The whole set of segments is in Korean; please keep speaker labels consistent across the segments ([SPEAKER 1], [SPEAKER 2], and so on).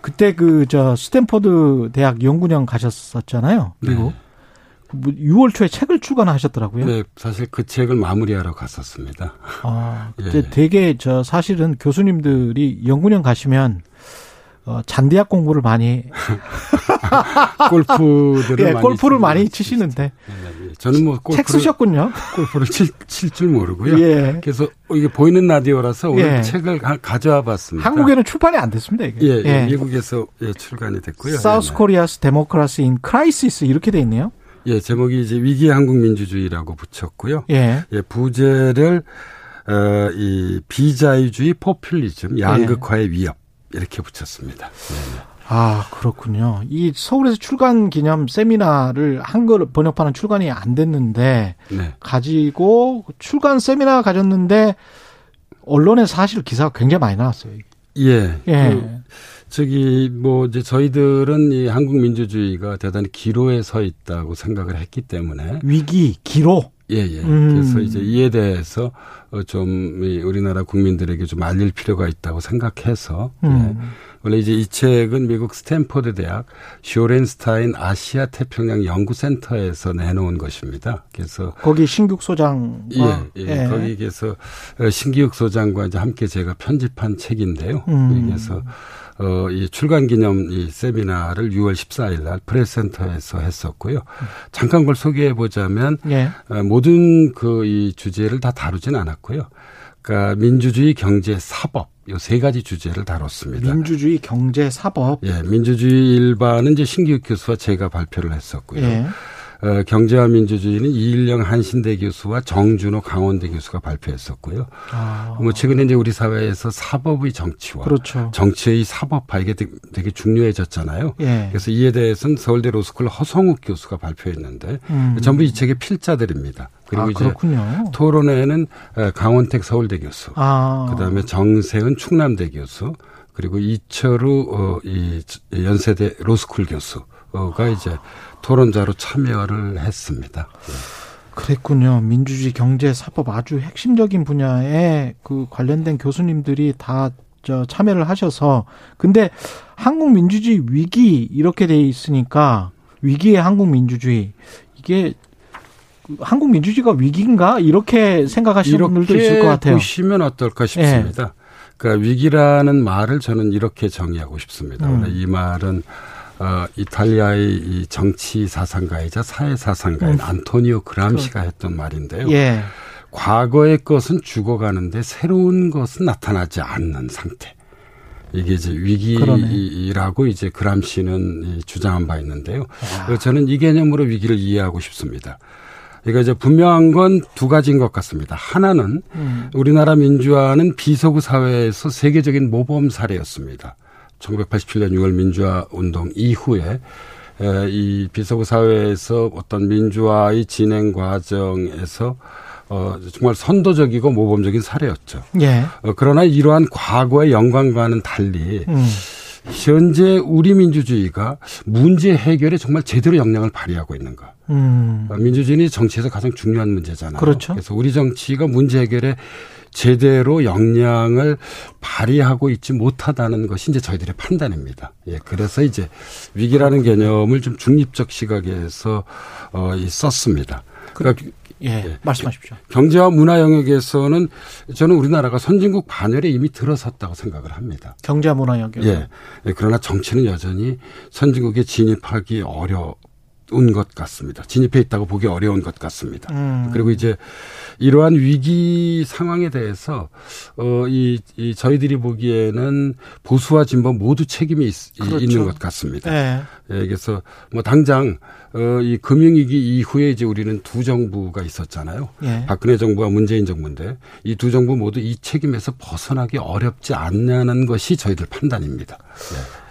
[SPEAKER 1] 그때 그 저 스탠퍼드 대학 연구년 가셨었잖아요. 그리고
[SPEAKER 2] 네.
[SPEAKER 1] 6월 초에 책을 출간하셨더라고요.
[SPEAKER 2] 네, 사실 그 책을 마무리하러 갔었습니다.
[SPEAKER 1] 아, 그때
[SPEAKER 2] 예.
[SPEAKER 1] 되게 저 사실은 교수님들이 연구년 가시면 어, 잔디학 공부를 많이
[SPEAKER 2] 골프들을
[SPEAKER 1] 예,
[SPEAKER 2] 많이
[SPEAKER 1] 골프를
[SPEAKER 2] 치는
[SPEAKER 1] 많이
[SPEAKER 2] 것
[SPEAKER 1] 치시는데
[SPEAKER 2] 같습니다. 네, 네. 저는 뭐 골프를,
[SPEAKER 1] 책 쓰셨군요.
[SPEAKER 2] 골프를 칠 줄 모르고요.
[SPEAKER 1] 예.
[SPEAKER 2] 그래서 이게 보이는 라디오라서 오늘
[SPEAKER 1] 예.
[SPEAKER 2] 책을 가- 가져와 봤습니다.
[SPEAKER 1] 한국에는 출판이 안 됐습니다. 이게.
[SPEAKER 2] 예, 예,
[SPEAKER 1] 예.
[SPEAKER 2] 미국에서 예, 출간이 됐고요.
[SPEAKER 1] 사우스
[SPEAKER 2] 예,
[SPEAKER 1] 코리아스 데모크라시 인 크라이시스 이렇게 돼 있네요.
[SPEAKER 2] 예, 제목이 이제 위기 한국 민주주의라고 붙였고요.
[SPEAKER 1] 예.
[SPEAKER 2] 예, 부제를 어, 이 비자유주의
[SPEAKER 1] 예.
[SPEAKER 2] 포퓰리즘 양극화의 위협 이렇게 붙였습니다.
[SPEAKER 1] 아, 그렇군요. 이 서울에서 출간 기념 세미나를 한글 번역하는 출간이 안 됐는데
[SPEAKER 2] 네.
[SPEAKER 1] 가지고 출간 세미나 가졌는데 언론에 사실 기사가 굉장히 많이 나왔어요.
[SPEAKER 2] 예.
[SPEAKER 1] 예.
[SPEAKER 2] 그 저기 뭐 이제 저희들은 이 한국 민주주의가 대단히 기로에 서 있다고 생각을 했기 때문에
[SPEAKER 1] 위기, 기로.
[SPEAKER 2] 예예
[SPEAKER 1] 음.
[SPEAKER 2] 그래서 이제 이에 대해서 어, 좀이 우리나라 국민들에게 좀 알릴 필요가 있다고 생각해서
[SPEAKER 1] 음.
[SPEAKER 2] 예. 원래 이제 이 책은 미국 스탠포드 대학 쇼렌스타인 아시아 태평양 연구센터에서 내놓은 것입니다. 그래서
[SPEAKER 1] 거기 신규 소장과
[SPEAKER 2] 예, 예. 거기에서 어, 신기욱 소장과 이제 함께 제가 편집한 책인데요.
[SPEAKER 1] 음.
[SPEAKER 2] 여기에서 어, 이 출간 기념 이 세미나를 6월 14일 날 프레스센터에서 했었고요. 잠깐 그걸 소개해 보자면
[SPEAKER 1] 예.
[SPEAKER 2] 어, 모든 그 이 주제를 다 다루진 않았고요. 그러니까 민주주의, 경제, 사법 요 세 가지 주제를 다뤘습니다.
[SPEAKER 1] 민주주의 경제 사법.
[SPEAKER 2] 예, 민주주의 일반은 이제 신기욱 교수와 제가 발표를 했었고요.
[SPEAKER 1] 예.
[SPEAKER 2] 어, 경제와 민주주의는 이일령 한신대 교수와 정준호 강원대 교수가 발표했었고요.
[SPEAKER 1] 아,
[SPEAKER 2] 뭐 최근에 이제 우리 사회에서 사법의 정치와
[SPEAKER 1] 그렇죠.
[SPEAKER 2] 정치의 사법화 이게 되게, 되게 중요해졌잖아요.
[SPEAKER 1] 예.
[SPEAKER 2] 그래서 이에 대해서는 서울대 로스쿨 허성욱 교수가 발표했는데
[SPEAKER 1] 음.
[SPEAKER 2] 전부 이 책의 필자들입니다. 그리고
[SPEAKER 1] 아,
[SPEAKER 2] 이제
[SPEAKER 1] 그렇군요.
[SPEAKER 2] 토론회에는 에, 강원택 서울대 교수,
[SPEAKER 1] 아.
[SPEAKER 2] 그다음에 정세은 충남대 교수, 그리고 이철우 어, 이 저- 연세대 로스쿨 교수가 이제 토론자로 참여를 했습니다.
[SPEAKER 1] 그랬군요. 민주주의 경제 사법 아주 핵심적인 분야에 그 관련된 교수님들이 다 저 참여를 하셔서 근데 한국 민주주의 위기 이렇게 돼 있으니까 위기의 한국 민주주의 이게 그 한국 민주주의가 위기인가 이렇게 생각하시는 분들도 있을 것 같아요. 예.
[SPEAKER 2] 보시면 어떨까 싶습니다. 그러니까 위기라는 말을 저는 이렇게 정의하고 싶습니다.
[SPEAKER 1] 음.
[SPEAKER 2] 원래 이 말은 어, 이탈리아의 이 정치 사상가이자 사회 사상가인 안토니오 그람시가 했던 말인데요.
[SPEAKER 1] 음. 그렇죠. 예.
[SPEAKER 2] 과거의 것은 죽어가는데 새로운 것은 나타나지 않는 상태. 이게 이제
[SPEAKER 1] 그러네.
[SPEAKER 2] 위기라고 이제 그람씨는 이 주장한 바 있는데요.
[SPEAKER 1] 아.
[SPEAKER 2] 그래서 저는 이 개념으로 위기를 이해하고 싶습니다. 그러니까 이제 분명한 건 두 가지인 것 같습니다. 하나는
[SPEAKER 1] 음.
[SPEAKER 2] 우리나라 민주화는 비서구 사회에서 세계적인 모범 사례였습니다. 1987년 6월 민주화 운동 이후에 에, 이 비서구 사회에서 어떤 민주화의 진행 과정에서 어, 정말 선도적이고 모범적인 사례였죠.
[SPEAKER 1] 예.
[SPEAKER 2] 어, 그러나 이러한 과거의 영광과는 달리
[SPEAKER 1] 음.
[SPEAKER 2] 현재 우리 민주주의가 문제 해결에 정말 제대로 역량을 발휘하고 있는가?
[SPEAKER 1] 음.
[SPEAKER 2] 어, 민주주의는 정치에서 가장 중요한 문제잖아요.
[SPEAKER 1] 그렇죠.
[SPEAKER 2] 래서 우리 정치가 문제 해결에 제대로 역량을 발휘하고 있지 못하다는 것이 이제 저희들의 판단입니다. 예, 그래서 이제 위기라는 개념을 좀 중립적 시각에서 어, 이 썼습니다. 그러니까
[SPEAKER 1] 예. 말씀하십시오.
[SPEAKER 2] 경제와 문화 영역에서는 저는 우리나라가 선진국 반열에 이미 들어섰다고 생각을 합니다.
[SPEAKER 1] 경제 문화 연결.
[SPEAKER 2] 예. 예, 그러나 정치는 여전히 선진국에 진입하기 어려운 것 같습니다. 진입해 있다고 보기 어려운 것 같습니다.
[SPEAKER 1] 음.
[SPEAKER 2] 그리고 이제 이러한 위기 상황에 대해서 어이 이 저희들이 보기에는 보수와 진보 모두 책임이 있, 이-
[SPEAKER 1] 그렇죠.
[SPEAKER 2] 있는 것 같습니다.
[SPEAKER 1] 예.
[SPEAKER 2] 예, 그래서 뭐 당장 어이 금융위기 이후에 이제 우리는 두 정부가 있었잖아요.
[SPEAKER 1] 예.
[SPEAKER 2] 박근혜 정부와 문재인 정부인데 이 두 정부 모두 이 책임에서 벗어나기 어렵지 않냐는 것이 저희들 판단입니다.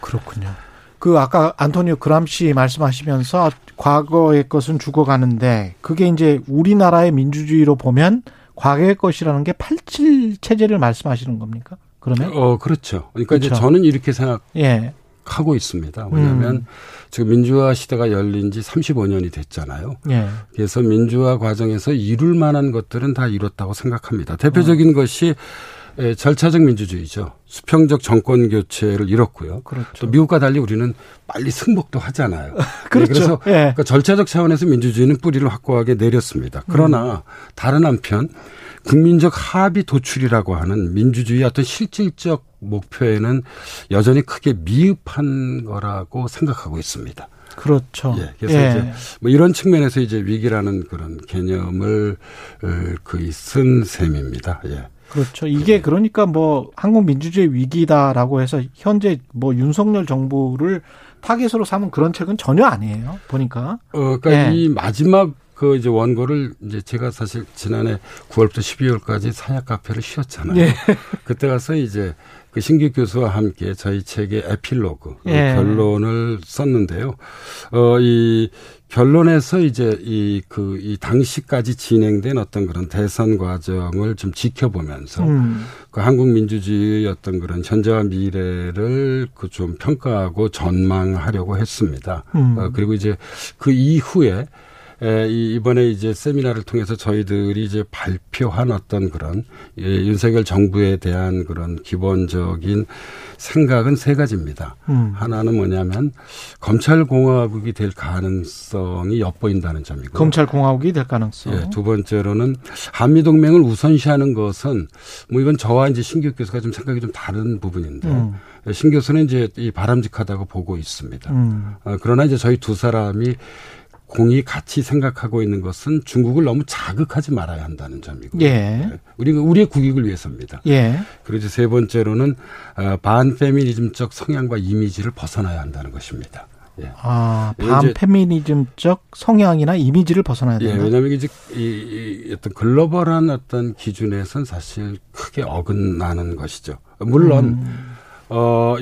[SPEAKER 1] 그렇군요. 그 아까 안토니오 그람시 말씀하시면서 과거의 것은 죽어가는데 그게 이제 우리나라의 민주주의로 보면 과거의 것이라는 게 87 체제를 말씀하시는 겁니까? 그러면?
[SPEAKER 2] 어, 그렇죠. 그러니까 이제
[SPEAKER 1] 네. 그렇죠.
[SPEAKER 2] 저는 이렇게 생각
[SPEAKER 1] 예.
[SPEAKER 2] 하고 있습니다. 왜냐하면
[SPEAKER 1] 음.
[SPEAKER 2] 지금 민주화 시대가 열린 지 35년이 됐잖아요.
[SPEAKER 1] 예.
[SPEAKER 2] 그래서 민주화 과정에서 이룰 만한 것들은 다 이뤘다고 생각합니다. 대표적인
[SPEAKER 1] 음.
[SPEAKER 2] 것이 에, 절차적 민주주의죠. 수평적 정권 교체를 이뤘고요.
[SPEAKER 1] 그렇죠.
[SPEAKER 2] 또 미국과 달리 우리는 빨리 승복도 하잖아요. 네,
[SPEAKER 1] 그렇죠.
[SPEAKER 2] 그래서
[SPEAKER 1] 예.
[SPEAKER 2] 그러니까 절차적 차원에서 민주주의는 뿌리를 확고하게 내렸습니다.
[SPEAKER 1] 음.
[SPEAKER 2] 그러나 다른 한편 국민적 합의 도출이라고 하는 민주주의의 어떤 실질적 목표에는 여전히 크게 미흡한 거라고 생각하고 있습니다.
[SPEAKER 1] 그렇죠.
[SPEAKER 2] 예, 그래서 이제 뭐 이런 측면에서 이제 위기라는 그런 개념을 어, 거의 쓴 셈입니다. 예.
[SPEAKER 1] 그렇죠. 이게 그러니까 뭐 한국 민주주의 위기다라고 해서 현재 뭐 윤석열 정부를 타겟으로 삼은 그런 책은 전혀 아니에요. 보니까.
[SPEAKER 2] 어, 그러니까
[SPEAKER 1] 예.
[SPEAKER 2] 이 마지막 그 이제 원고를 이제 제가 사실 지난해 9월부터 12월까지 사약 카페를 쉬었잖아요.
[SPEAKER 1] 예.
[SPEAKER 2] 그때 가서 이제 그 신규 교수와 함께 저희 책의 에필로그 그
[SPEAKER 1] 예.
[SPEAKER 2] 결론을 썼는데요. 어이 결론에서 이제 이 그 이 당시까지 진행된 어떤 그런 대선 과정을 좀 지켜보면서
[SPEAKER 1] 음.
[SPEAKER 2] 그 한국 민주주의의 어떤 그런 현재와 미래를 그 좀 평가하고 전망하려고 했습니다.
[SPEAKER 1] 음.
[SPEAKER 2] 어, 그리고 이제 그 이후에 에, 이- 이번에 이제 세미나를 통해서 저희들이 이제 발표한 어떤 그런 예, 윤석열 정부에 대한 그런 기본적인 생각은 세 가지입니다.
[SPEAKER 1] 음.
[SPEAKER 2] 하나는 뭐냐면 검찰 공화국이 될 가능성이 엿보인다는 점이고요.
[SPEAKER 1] 검찰 공화국이 될 가능성.
[SPEAKER 2] 네. 예, 두 번째로는 한미 동맹을 우선시하는 것은 뭐 이건 저와 이제 신규 교수가 좀 생각이 좀 다른 부분인데
[SPEAKER 1] 음.
[SPEAKER 2] 신 교수는 이제 이 바람직하다고 보고 있습니다.
[SPEAKER 1] 음.
[SPEAKER 2] 어, 그러나 이제 저희 두 사람이 공이 같이 생각하고 있는 것은 중국을 너무 자극하지 말아야 한다는 점이고요.
[SPEAKER 1] 예.
[SPEAKER 2] 우리 우리의 국익을 위해서입니다.
[SPEAKER 1] 예.
[SPEAKER 2] 그리고 이제 세 번째로는 어, 반페미니즘적 성향과 이미지를 벗어나야 한다는 것입니다. 예.
[SPEAKER 1] 아,
[SPEAKER 2] 이제-
[SPEAKER 1] 반페미니즘적 성향이나 이미지를 벗어나야
[SPEAKER 2] 예,
[SPEAKER 1] 된다.
[SPEAKER 2] 왜냐하면 이제 이, 이 어떤 글로벌한 어떤 기준에선 사실 크게 어긋나는 것이죠. 물론
[SPEAKER 1] 음.
[SPEAKER 2] 어,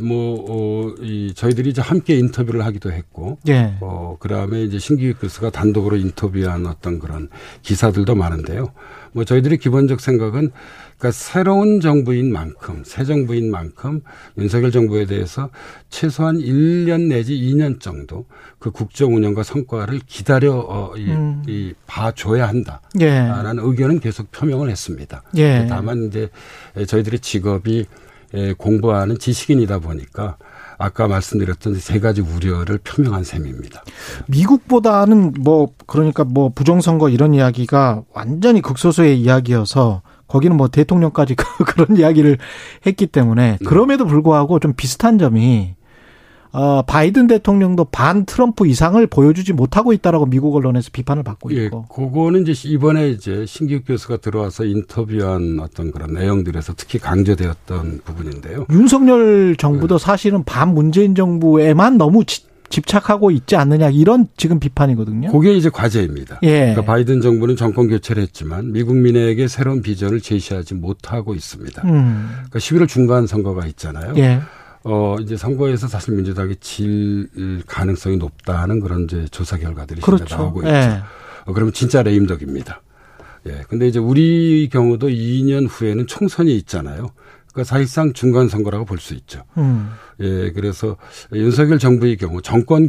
[SPEAKER 2] 뭐, 어이뭐어이 저희들이 이제 함께 인터뷰를 하기도 했고.
[SPEAKER 1] 예.
[SPEAKER 2] 어, 그 다음에 이제 신규 교수가 단독으로 인터뷰한 어떤 그런 기사들도 많은데요. 뭐 저희들의 기본적 생각은 그러니까 새로운 정부인 만큼, 새 정부인 만큼 윤석열 정부에 대해서 최소한 1년 내지 2년 정도 그 국정 운영과 성과를 기다려, 어, 이,
[SPEAKER 1] 음.
[SPEAKER 2] 이, 봐줘야 한다.
[SPEAKER 1] 예.
[SPEAKER 2] 라는 의견은 계속 표명을 했습니다.
[SPEAKER 1] 예.
[SPEAKER 2] 다만 이제 저희들의 직업이 에, 공부하는 지식인이다 보니까 아까 말씀드렸던 세 가지 우려를 표명한 셈입니다.
[SPEAKER 1] 미국보다는 뭐 그러니까 뭐 부정선거 이런 이야기가 완전히 극소수의 이야기여서 거기는 뭐 대통령까지 그- 그런 이야기를 했기
[SPEAKER 2] 음.
[SPEAKER 1] 때문에 그럼에도 불구하고 좀 비슷한 점이 어 바이든 대통령도 반 트럼프 이상을 보여주지 못하고 있다라고 미국 언론에서 비판을 받고
[SPEAKER 2] 예,
[SPEAKER 1] 있고
[SPEAKER 2] 그거는 이제 이번에 이제 신규 교수가 들어와서 인터뷰한 어떤 그런 내용들에서 특히 강조되었던 부분인데요.
[SPEAKER 1] 윤석열 정부도
[SPEAKER 2] 네.
[SPEAKER 1] 사실은 반 문재인 정부에만 너무 지- 집착하고 있지 않느냐 이런 지금 비판이거든요.
[SPEAKER 2] 그게 이제 과제입니다.
[SPEAKER 1] 예.
[SPEAKER 2] 그러니까 바이든 정부는 정권 교체를 했지만 미국민에게 새로운 비전을 제시하지 못하고 있습니다.
[SPEAKER 1] 음.
[SPEAKER 2] 그러니까 11월 중간 선거가 있잖아요.
[SPEAKER 1] 예.
[SPEAKER 2] 어, 이제 선거에서 사실 민주당이 질 가능성이 높다는 그런 이제 조사 결과들이 현재
[SPEAKER 1] 그렇죠.
[SPEAKER 2] 나오고 있죠.
[SPEAKER 1] 예.
[SPEAKER 2] 어, 그러면 진짜 레임덕입니다. 예. 근데 이제 우리 경우도 2년 후에는 총선이 있잖아요. 그러니까 사실상 중간 선거라고 볼 수 있죠.
[SPEAKER 1] 음.
[SPEAKER 2] 예, 그래서 윤석열 정부의 경우 정권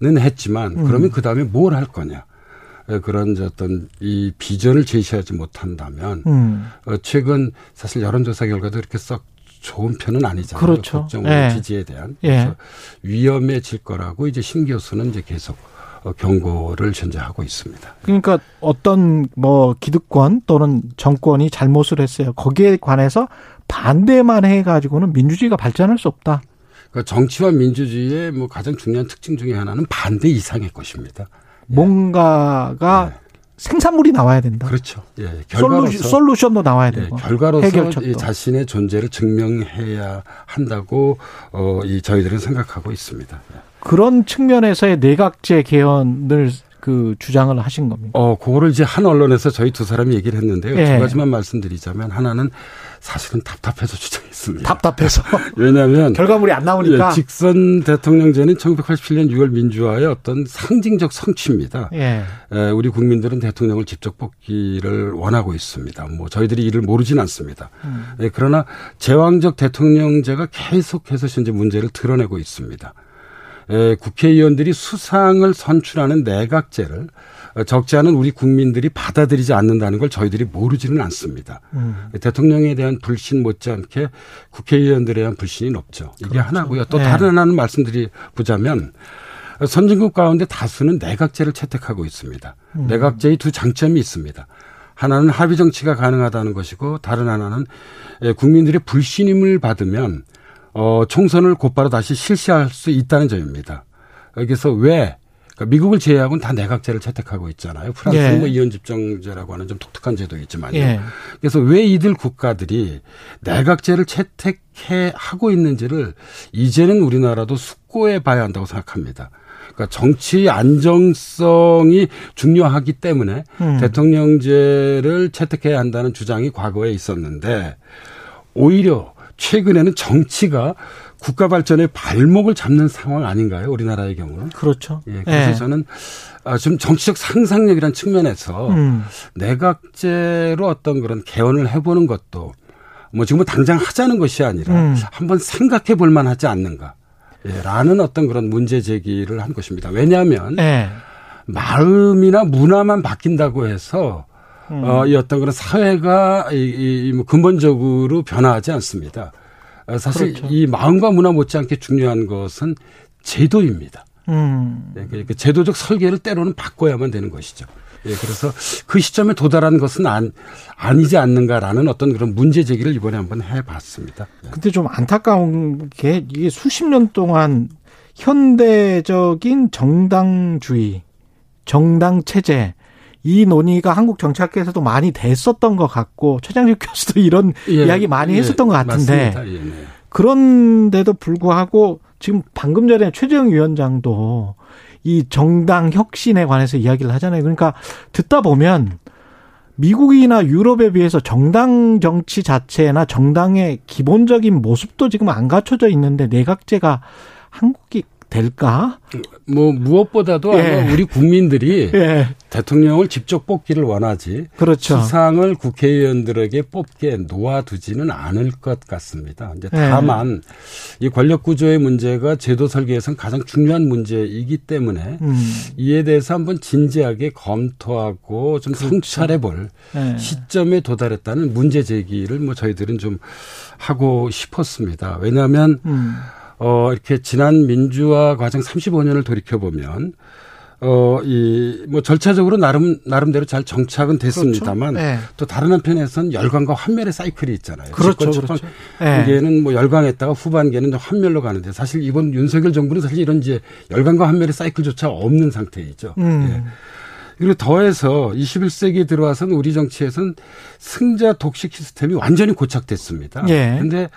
[SPEAKER 2] 교체는 했지만 그러면 그 다음에 뭘 할 거냐. 예, 그런 이제 어떤 이 비전을 제시하지 못한다면
[SPEAKER 1] 음.
[SPEAKER 2] 어, 최근 사실 여론조사 결과도 이렇게 썩 좋은 편은 아니잖아요.
[SPEAKER 1] 그렇죠.
[SPEAKER 2] 국정
[SPEAKER 1] 예.
[SPEAKER 2] 지지에 대한
[SPEAKER 1] 예.
[SPEAKER 2] 그래서 위험해질 거라고 이제 신 교수는 이제 계속 어, 경고를 현재 하고 있습니다.
[SPEAKER 1] 그러니까 어떤 뭐 기득권 또는 정권이 잘못을 했어요. 거기에 관해서 반대만 해가지고는 민주주의가 발전할 수 없다.
[SPEAKER 2] 그러니까 정치와 민주주의의 뭐 가장 중요한 특징 중에 하나는 반대 이상의 것입니다. 네.
[SPEAKER 1] 뭔가가 생산물이 나와야 된다.
[SPEAKER 2] 예. 그렇죠. 예, 결과로서
[SPEAKER 1] 아, 네. 솔루션, 도 나와야
[SPEAKER 2] 예,
[SPEAKER 1] 되고
[SPEAKER 2] 결과로서
[SPEAKER 1] 해결책도.
[SPEAKER 2] 이 자신의 존재를 증명해야 한다고 어, 이 저희들은 생각하고 있습니다. 예.
[SPEAKER 1] 그런 측면에서의 내각제 개헌을 그 그 주장을 하신 겁니까?
[SPEAKER 2] 어, 그거를 이제 한 언론에서 저희 두 사람이 얘기를 했는데요.
[SPEAKER 1] 예.
[SPEAKER 2] 두 가지만 말씀드리자면 하나는 사실은 답답해서 주장했습니다.
[SPEAKER 1] 답답해서
[SPEAKER 2] 왜냐하면
[SPEAKER 1] 결과물이 안 나오니까.
[SPEAKER 2] 예, 직선 대통령제는 1987년 6월 민주화의 어떤 상징적 성취입니다.
[SPEAKER 1] 예.
[SPEAKER 2] 에, 우리 국민들은 대통령을 직접 뽑기를 원하고 있습니다. 뭐 저희들이 이를 모르진 않습니다.
[SPEAKER 1] 음.
[SPEAKER 2] 예, 그러나 제왕적 대통령제가 계속해서 현재 문제를 드러내고 있습니다. 에, 국회의원들이 수상을 선출하는 내각제를 어, 적지 않은 우리 국민들이 받아들이지 않는다는 걸 저희들이 모르지는 않습니다. 대통령에 대한 불신 못지않게 국회의원들에 대한 불신이 높죠. 이게 하나고요. 또
[SPEAKER 1] 네.
[SPEAKER 2] 다른 하나는 말씀드리 보자면 선진국 가운데 다수는 내각제를 채택하고 있습니다. 내각제의 두 장점이 있습니다. 하나는 합의 정치가 가능하다는 것이고 다른 하나는 예, 국민들의 불신임을 받으면 어 총선을 곧바로 다시 실시할 수 있다는 점입니다. 그래서 왜 그러니까 미국을 제외하고는 다 내각제를 채택하고 있잖아요. 프랑스는
[SPEAKER 1] 예.
[SPEAKER 2] 뭐 이원집정제라고 하는 좀 독특한 제도 있지만요.
[SPEAKER 1] 예.
[SPEAKER 2] 그래서 왜 이들 국가들이 내각제를 채택해 하고 있는지를 이제는 우리나라도 숙고해 봐야 한다고 생각합니다. 그러니까 정치 안정성이 중요하기 때문에 대통령제를 채택해야 한다는 주장이 과거에 있었는데 오히려 최근에는 정치가 국가 발전의 발목을 잡는 상황 아닌가요? 우리나라의 경우는.
[SPEAKER 1] 그렇죠.
[SPEAKER 2] 예, 그래서 저는 아, 좀 정치적 상상력이란 측면에서
[SPEAKER 1] 음.
[SPEAKER 2] 내각제로 어떤 그런 개헌을 해보는 것도 뭐 지금 당장 하자는 것이 아니라
[SPEAKER 1] 음.
[SPEAKER 2] 한번 생각해 볼 만하지 않는가. 예, 라는 어떤 그런 문제 제기를 한 것입니다. 왜냐하면
[SPEAKER 1] 예.
[SPEAKER 2] 마음이나 문화만 바뀐다고 해서
[SPEAKER 1] 음.
[SPEAKER 2] 어, 이 어떤 그런 사회가 이, 이, 이뭐 근본적으로 변화하지 않습니다. 어, 사실
[SPEAKER 1] 그렇죠.
[SPEAKER 2] 이 마음과 문화 못지않게 중요한 것은 제도입니다.
[SPEAKER 1] 음.
[SPEAKER 2] 예, 그러니까 제도적 설계를 때로는 바꿔야만 되는 것이죠. 예, 그래서 그 시점에 도달한 것은 안, 아니지 않는가라는 어떤 그런 문제 제기를 이번에 한번 해봤습니다. 예.
[SPEAKER 1] 근데 좀 안타까운 게 이게 수십 년 동안 현대적인 정당주의, 정당 체제 이 논의가 한국 정치학계에서도 많이 됐었던 것 같고 최장식 교수도 이런
[SPEAKER 2] 예,
[SPEAKER 1] 이야기 많이
[SPEAKER 2] 예,
[SPEAKER 1] 했었던 것 같은데
[SPEAKER 2] 맞습니다. 예, 네.
[SPEAKER 1] 그런데도 불구하고 지금 방금 전에 최재형 위원장도 이 정당 혁신에 관해서 이야기를 하잖아요. 그러니까 듣다 보면 미국이나 유럽에 비해서 정당 정치 자체나 정당의 기본적인 모습도 지금 안 갖춰져 있는데 내각제가 한국이 될까?
[SPEAKER 2] 뭐 무엇보다도
[SPEAKER 1] 예.
[SPEAKER 2] 아마 우리 국민들이
[SPEAKER 1] 예.
[SPEAKER 2] 대통령을 직접 뽑기를 원하지
[SPEAKER 1] 그렇죠.
[SPEAKER 2] 수상을 국회의원들에게 뽑게 놓아두지는 않을 것 같습니다.
[SPEAKER 1] 예.
[SPEAKER 2] 이제 다만 이 권력 구조의 문제가 제도 설계에선 가장 중요한 문제이기 때문에
[SPEAKER 1] 음.
[SPEAKER 2] 이에 대해서 한번 진지하게 검토하고 좀
[SPEAKER 1] 그렇죠.
[SPEAKER 2] 성찰해볼
[SPEAKER 1] 예.
[SPEAKER 2] 시점에 도달했다는 문제 제기를 뭐 저희들은 좀 하고 싶었습니다. 왜냐하면
[SPEAKER 1] 음.
[SPEAKER 2] 어 이렇게 지난 민주화 과정 35년을 돌이켜 보면 어이 뭐 절차적으로 나름 나름대로 잘 정착은 됐습니다만
[SPEAKER 1] 그렇죠. 예.
[SPEAKER 2] 또 다른 한편에선 열광과 환멸의 사이클이 있잖아요.
[SPEAKER 1] 그렇죠,
[SPEAKER 2] 집권 초반
[SPEAKER 1] 그렇죠. 예.
[SPEAKER 2] 이게는 뭐 열광했다가 후반기에는 좀 환멸로 가는데 사실 이번 윤석열 정부는 사실 이런 이제 열광과 환멸의 사이클조차 없는 상태이죠.
[SPEAKER 1] 음.
[SPEAKER 2] 예. 그리고 더해서 21세기 들어와서는 우리 정치에서는 승자 독식 시스템이 완전히 고착됐습니다.
[SPEAKER 1] 예.
[SPEAKER 2] 근데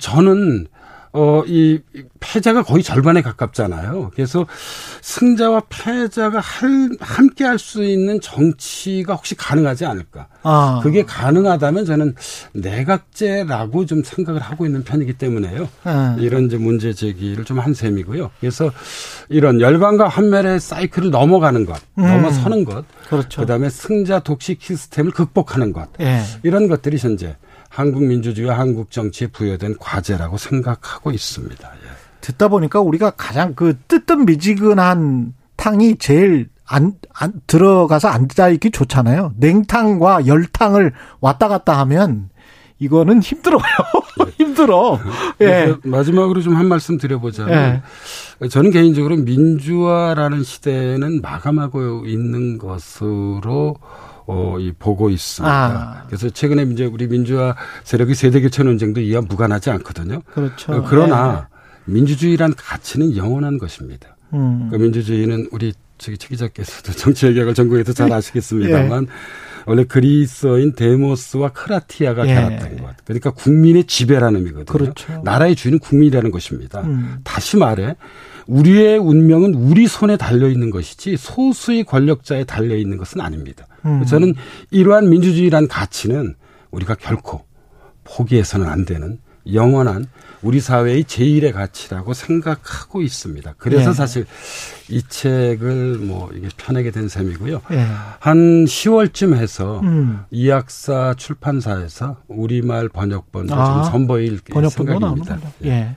[SPEAKER 2] 저는 어, 이 패자가 거의 절반에 가깝잖아요. 그래서 승자와 패자가 할, 함께 할 수 있는 정치가 혹시 가능하지 않을까.
[SPEAKER 1] 아.
[SPEAKER 2] 그게 가능하다면 저는 내각제라고 좀 생각을 하고 있는 편이기 때문에요.
[SPEAKER 1] 아.
[SPEAKER 2] 이런 이제 문제 제기를 좀 한 셈이고요. 그래서 이런 열광과 환멸의 사이클을 넘어가는 것, 넘어서는 것,
[SPEAKER 1] 음. 그렇죠.
[SPEAKER 2] 다음에 승자 독식 시스템을 극복하는 것,
[SPEAKER 1] 예.
[SPEAKER 2] 이런 것들이 현재 한국 민주주의와 한국 정치에 부여된 과제라고 생각하고 있습니다. 예.
[SPEAKER 1] 듣다 보니까 우리가 가장 그 뜨뜻미지근한 탕이 제일 안, 안 들어가서 앉아있기 좋잖아요. 냉탕과 열탕을 왔다 갔다 하면 이거는 힘들어요. 힘들어. 예.
[SPEAKER 2] 그래서 마지막으로 좀 한 말씀 드려보자면,
[SPEAKER 1] 예.
[SPEAKER 2] 저는 개인적으로 민주화라는 시대는 마감하고 있는 것으로 어, 이 보고 있습니다.
[SPEAKER 1] 아.
[SPEAKER 2] 그래서 최근에 이제 우리 민주화 세력이 세대 교체 논쟁도 이와 무관하지 않거든요.
[SPEAKER 1] 그렇죠. 네.
[SPEAKER 2] 어, 그러나 민주주의란 가치는 영원한 것입니다.
[SPEAKER 1] 예. 음. 네.
[SPEAKER 2] 그 민주주의는 우리 저기 최 기자께서도 정치 얘기학을 전공해서 잘 아시겠습니다만 원래 그리스어인 데모스와 크라티아가
[SPEAKER 1] 예.
[SPEAKER 2] 결합된 것. 그러니까 국민의 지배라는 의미거든요.
[SPEAKER 1] 그렇죠.
[SPEAKER 2] 나라의 주인은 국민이라는 것입니다.
[SPEAKER 1] 음.
[SPEAKER 2] 다시 말해 우리의 운명은 우리 손에 달려 있는 것이지 소수의 권력자에 달려 있는 것은 아닙니다.
[SPEAKER 1] 음.
[SPEAKER 2] 저는 이러한 민주주의란 가치는 우리가 결코 포기해서는 안 되는 영원한 우리 사회의 제일의 가치라고 생각하고 있습니다. 그래서
[SPEAKER 1] 예.
[SPEAKER 2] 사실 이 책을 뭐 이게 펴내게 된 셈이고요.
[SPEAKER 1] 예.
[SPEAKER 2] 한 10월쯤 해서
[SPEAKER 1] 음.
[SPEAKER 2] 이학사 출판사에서 우리말 번역본을
[SPEAKER 1] 아,
[SPEAKER 2] 좀 선보일
[SPEAKER 1] 번역본도
[SPEAKER 2] 그 생각입니다.
[SPEAKER 1] 나오는군요. 예.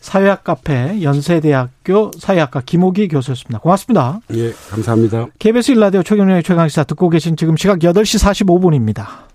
[SPEAKER 1] 사회학 카페 연세대학교 사회학과 김호기 교수였습니다. 고맙습니다.
[SPEAKER 2] 예, 감사합니다.
[SPEAKER 1] KBS 일라디오 최경영의 최강시사 듣고 계신 지금 시각 8시 45분입니다.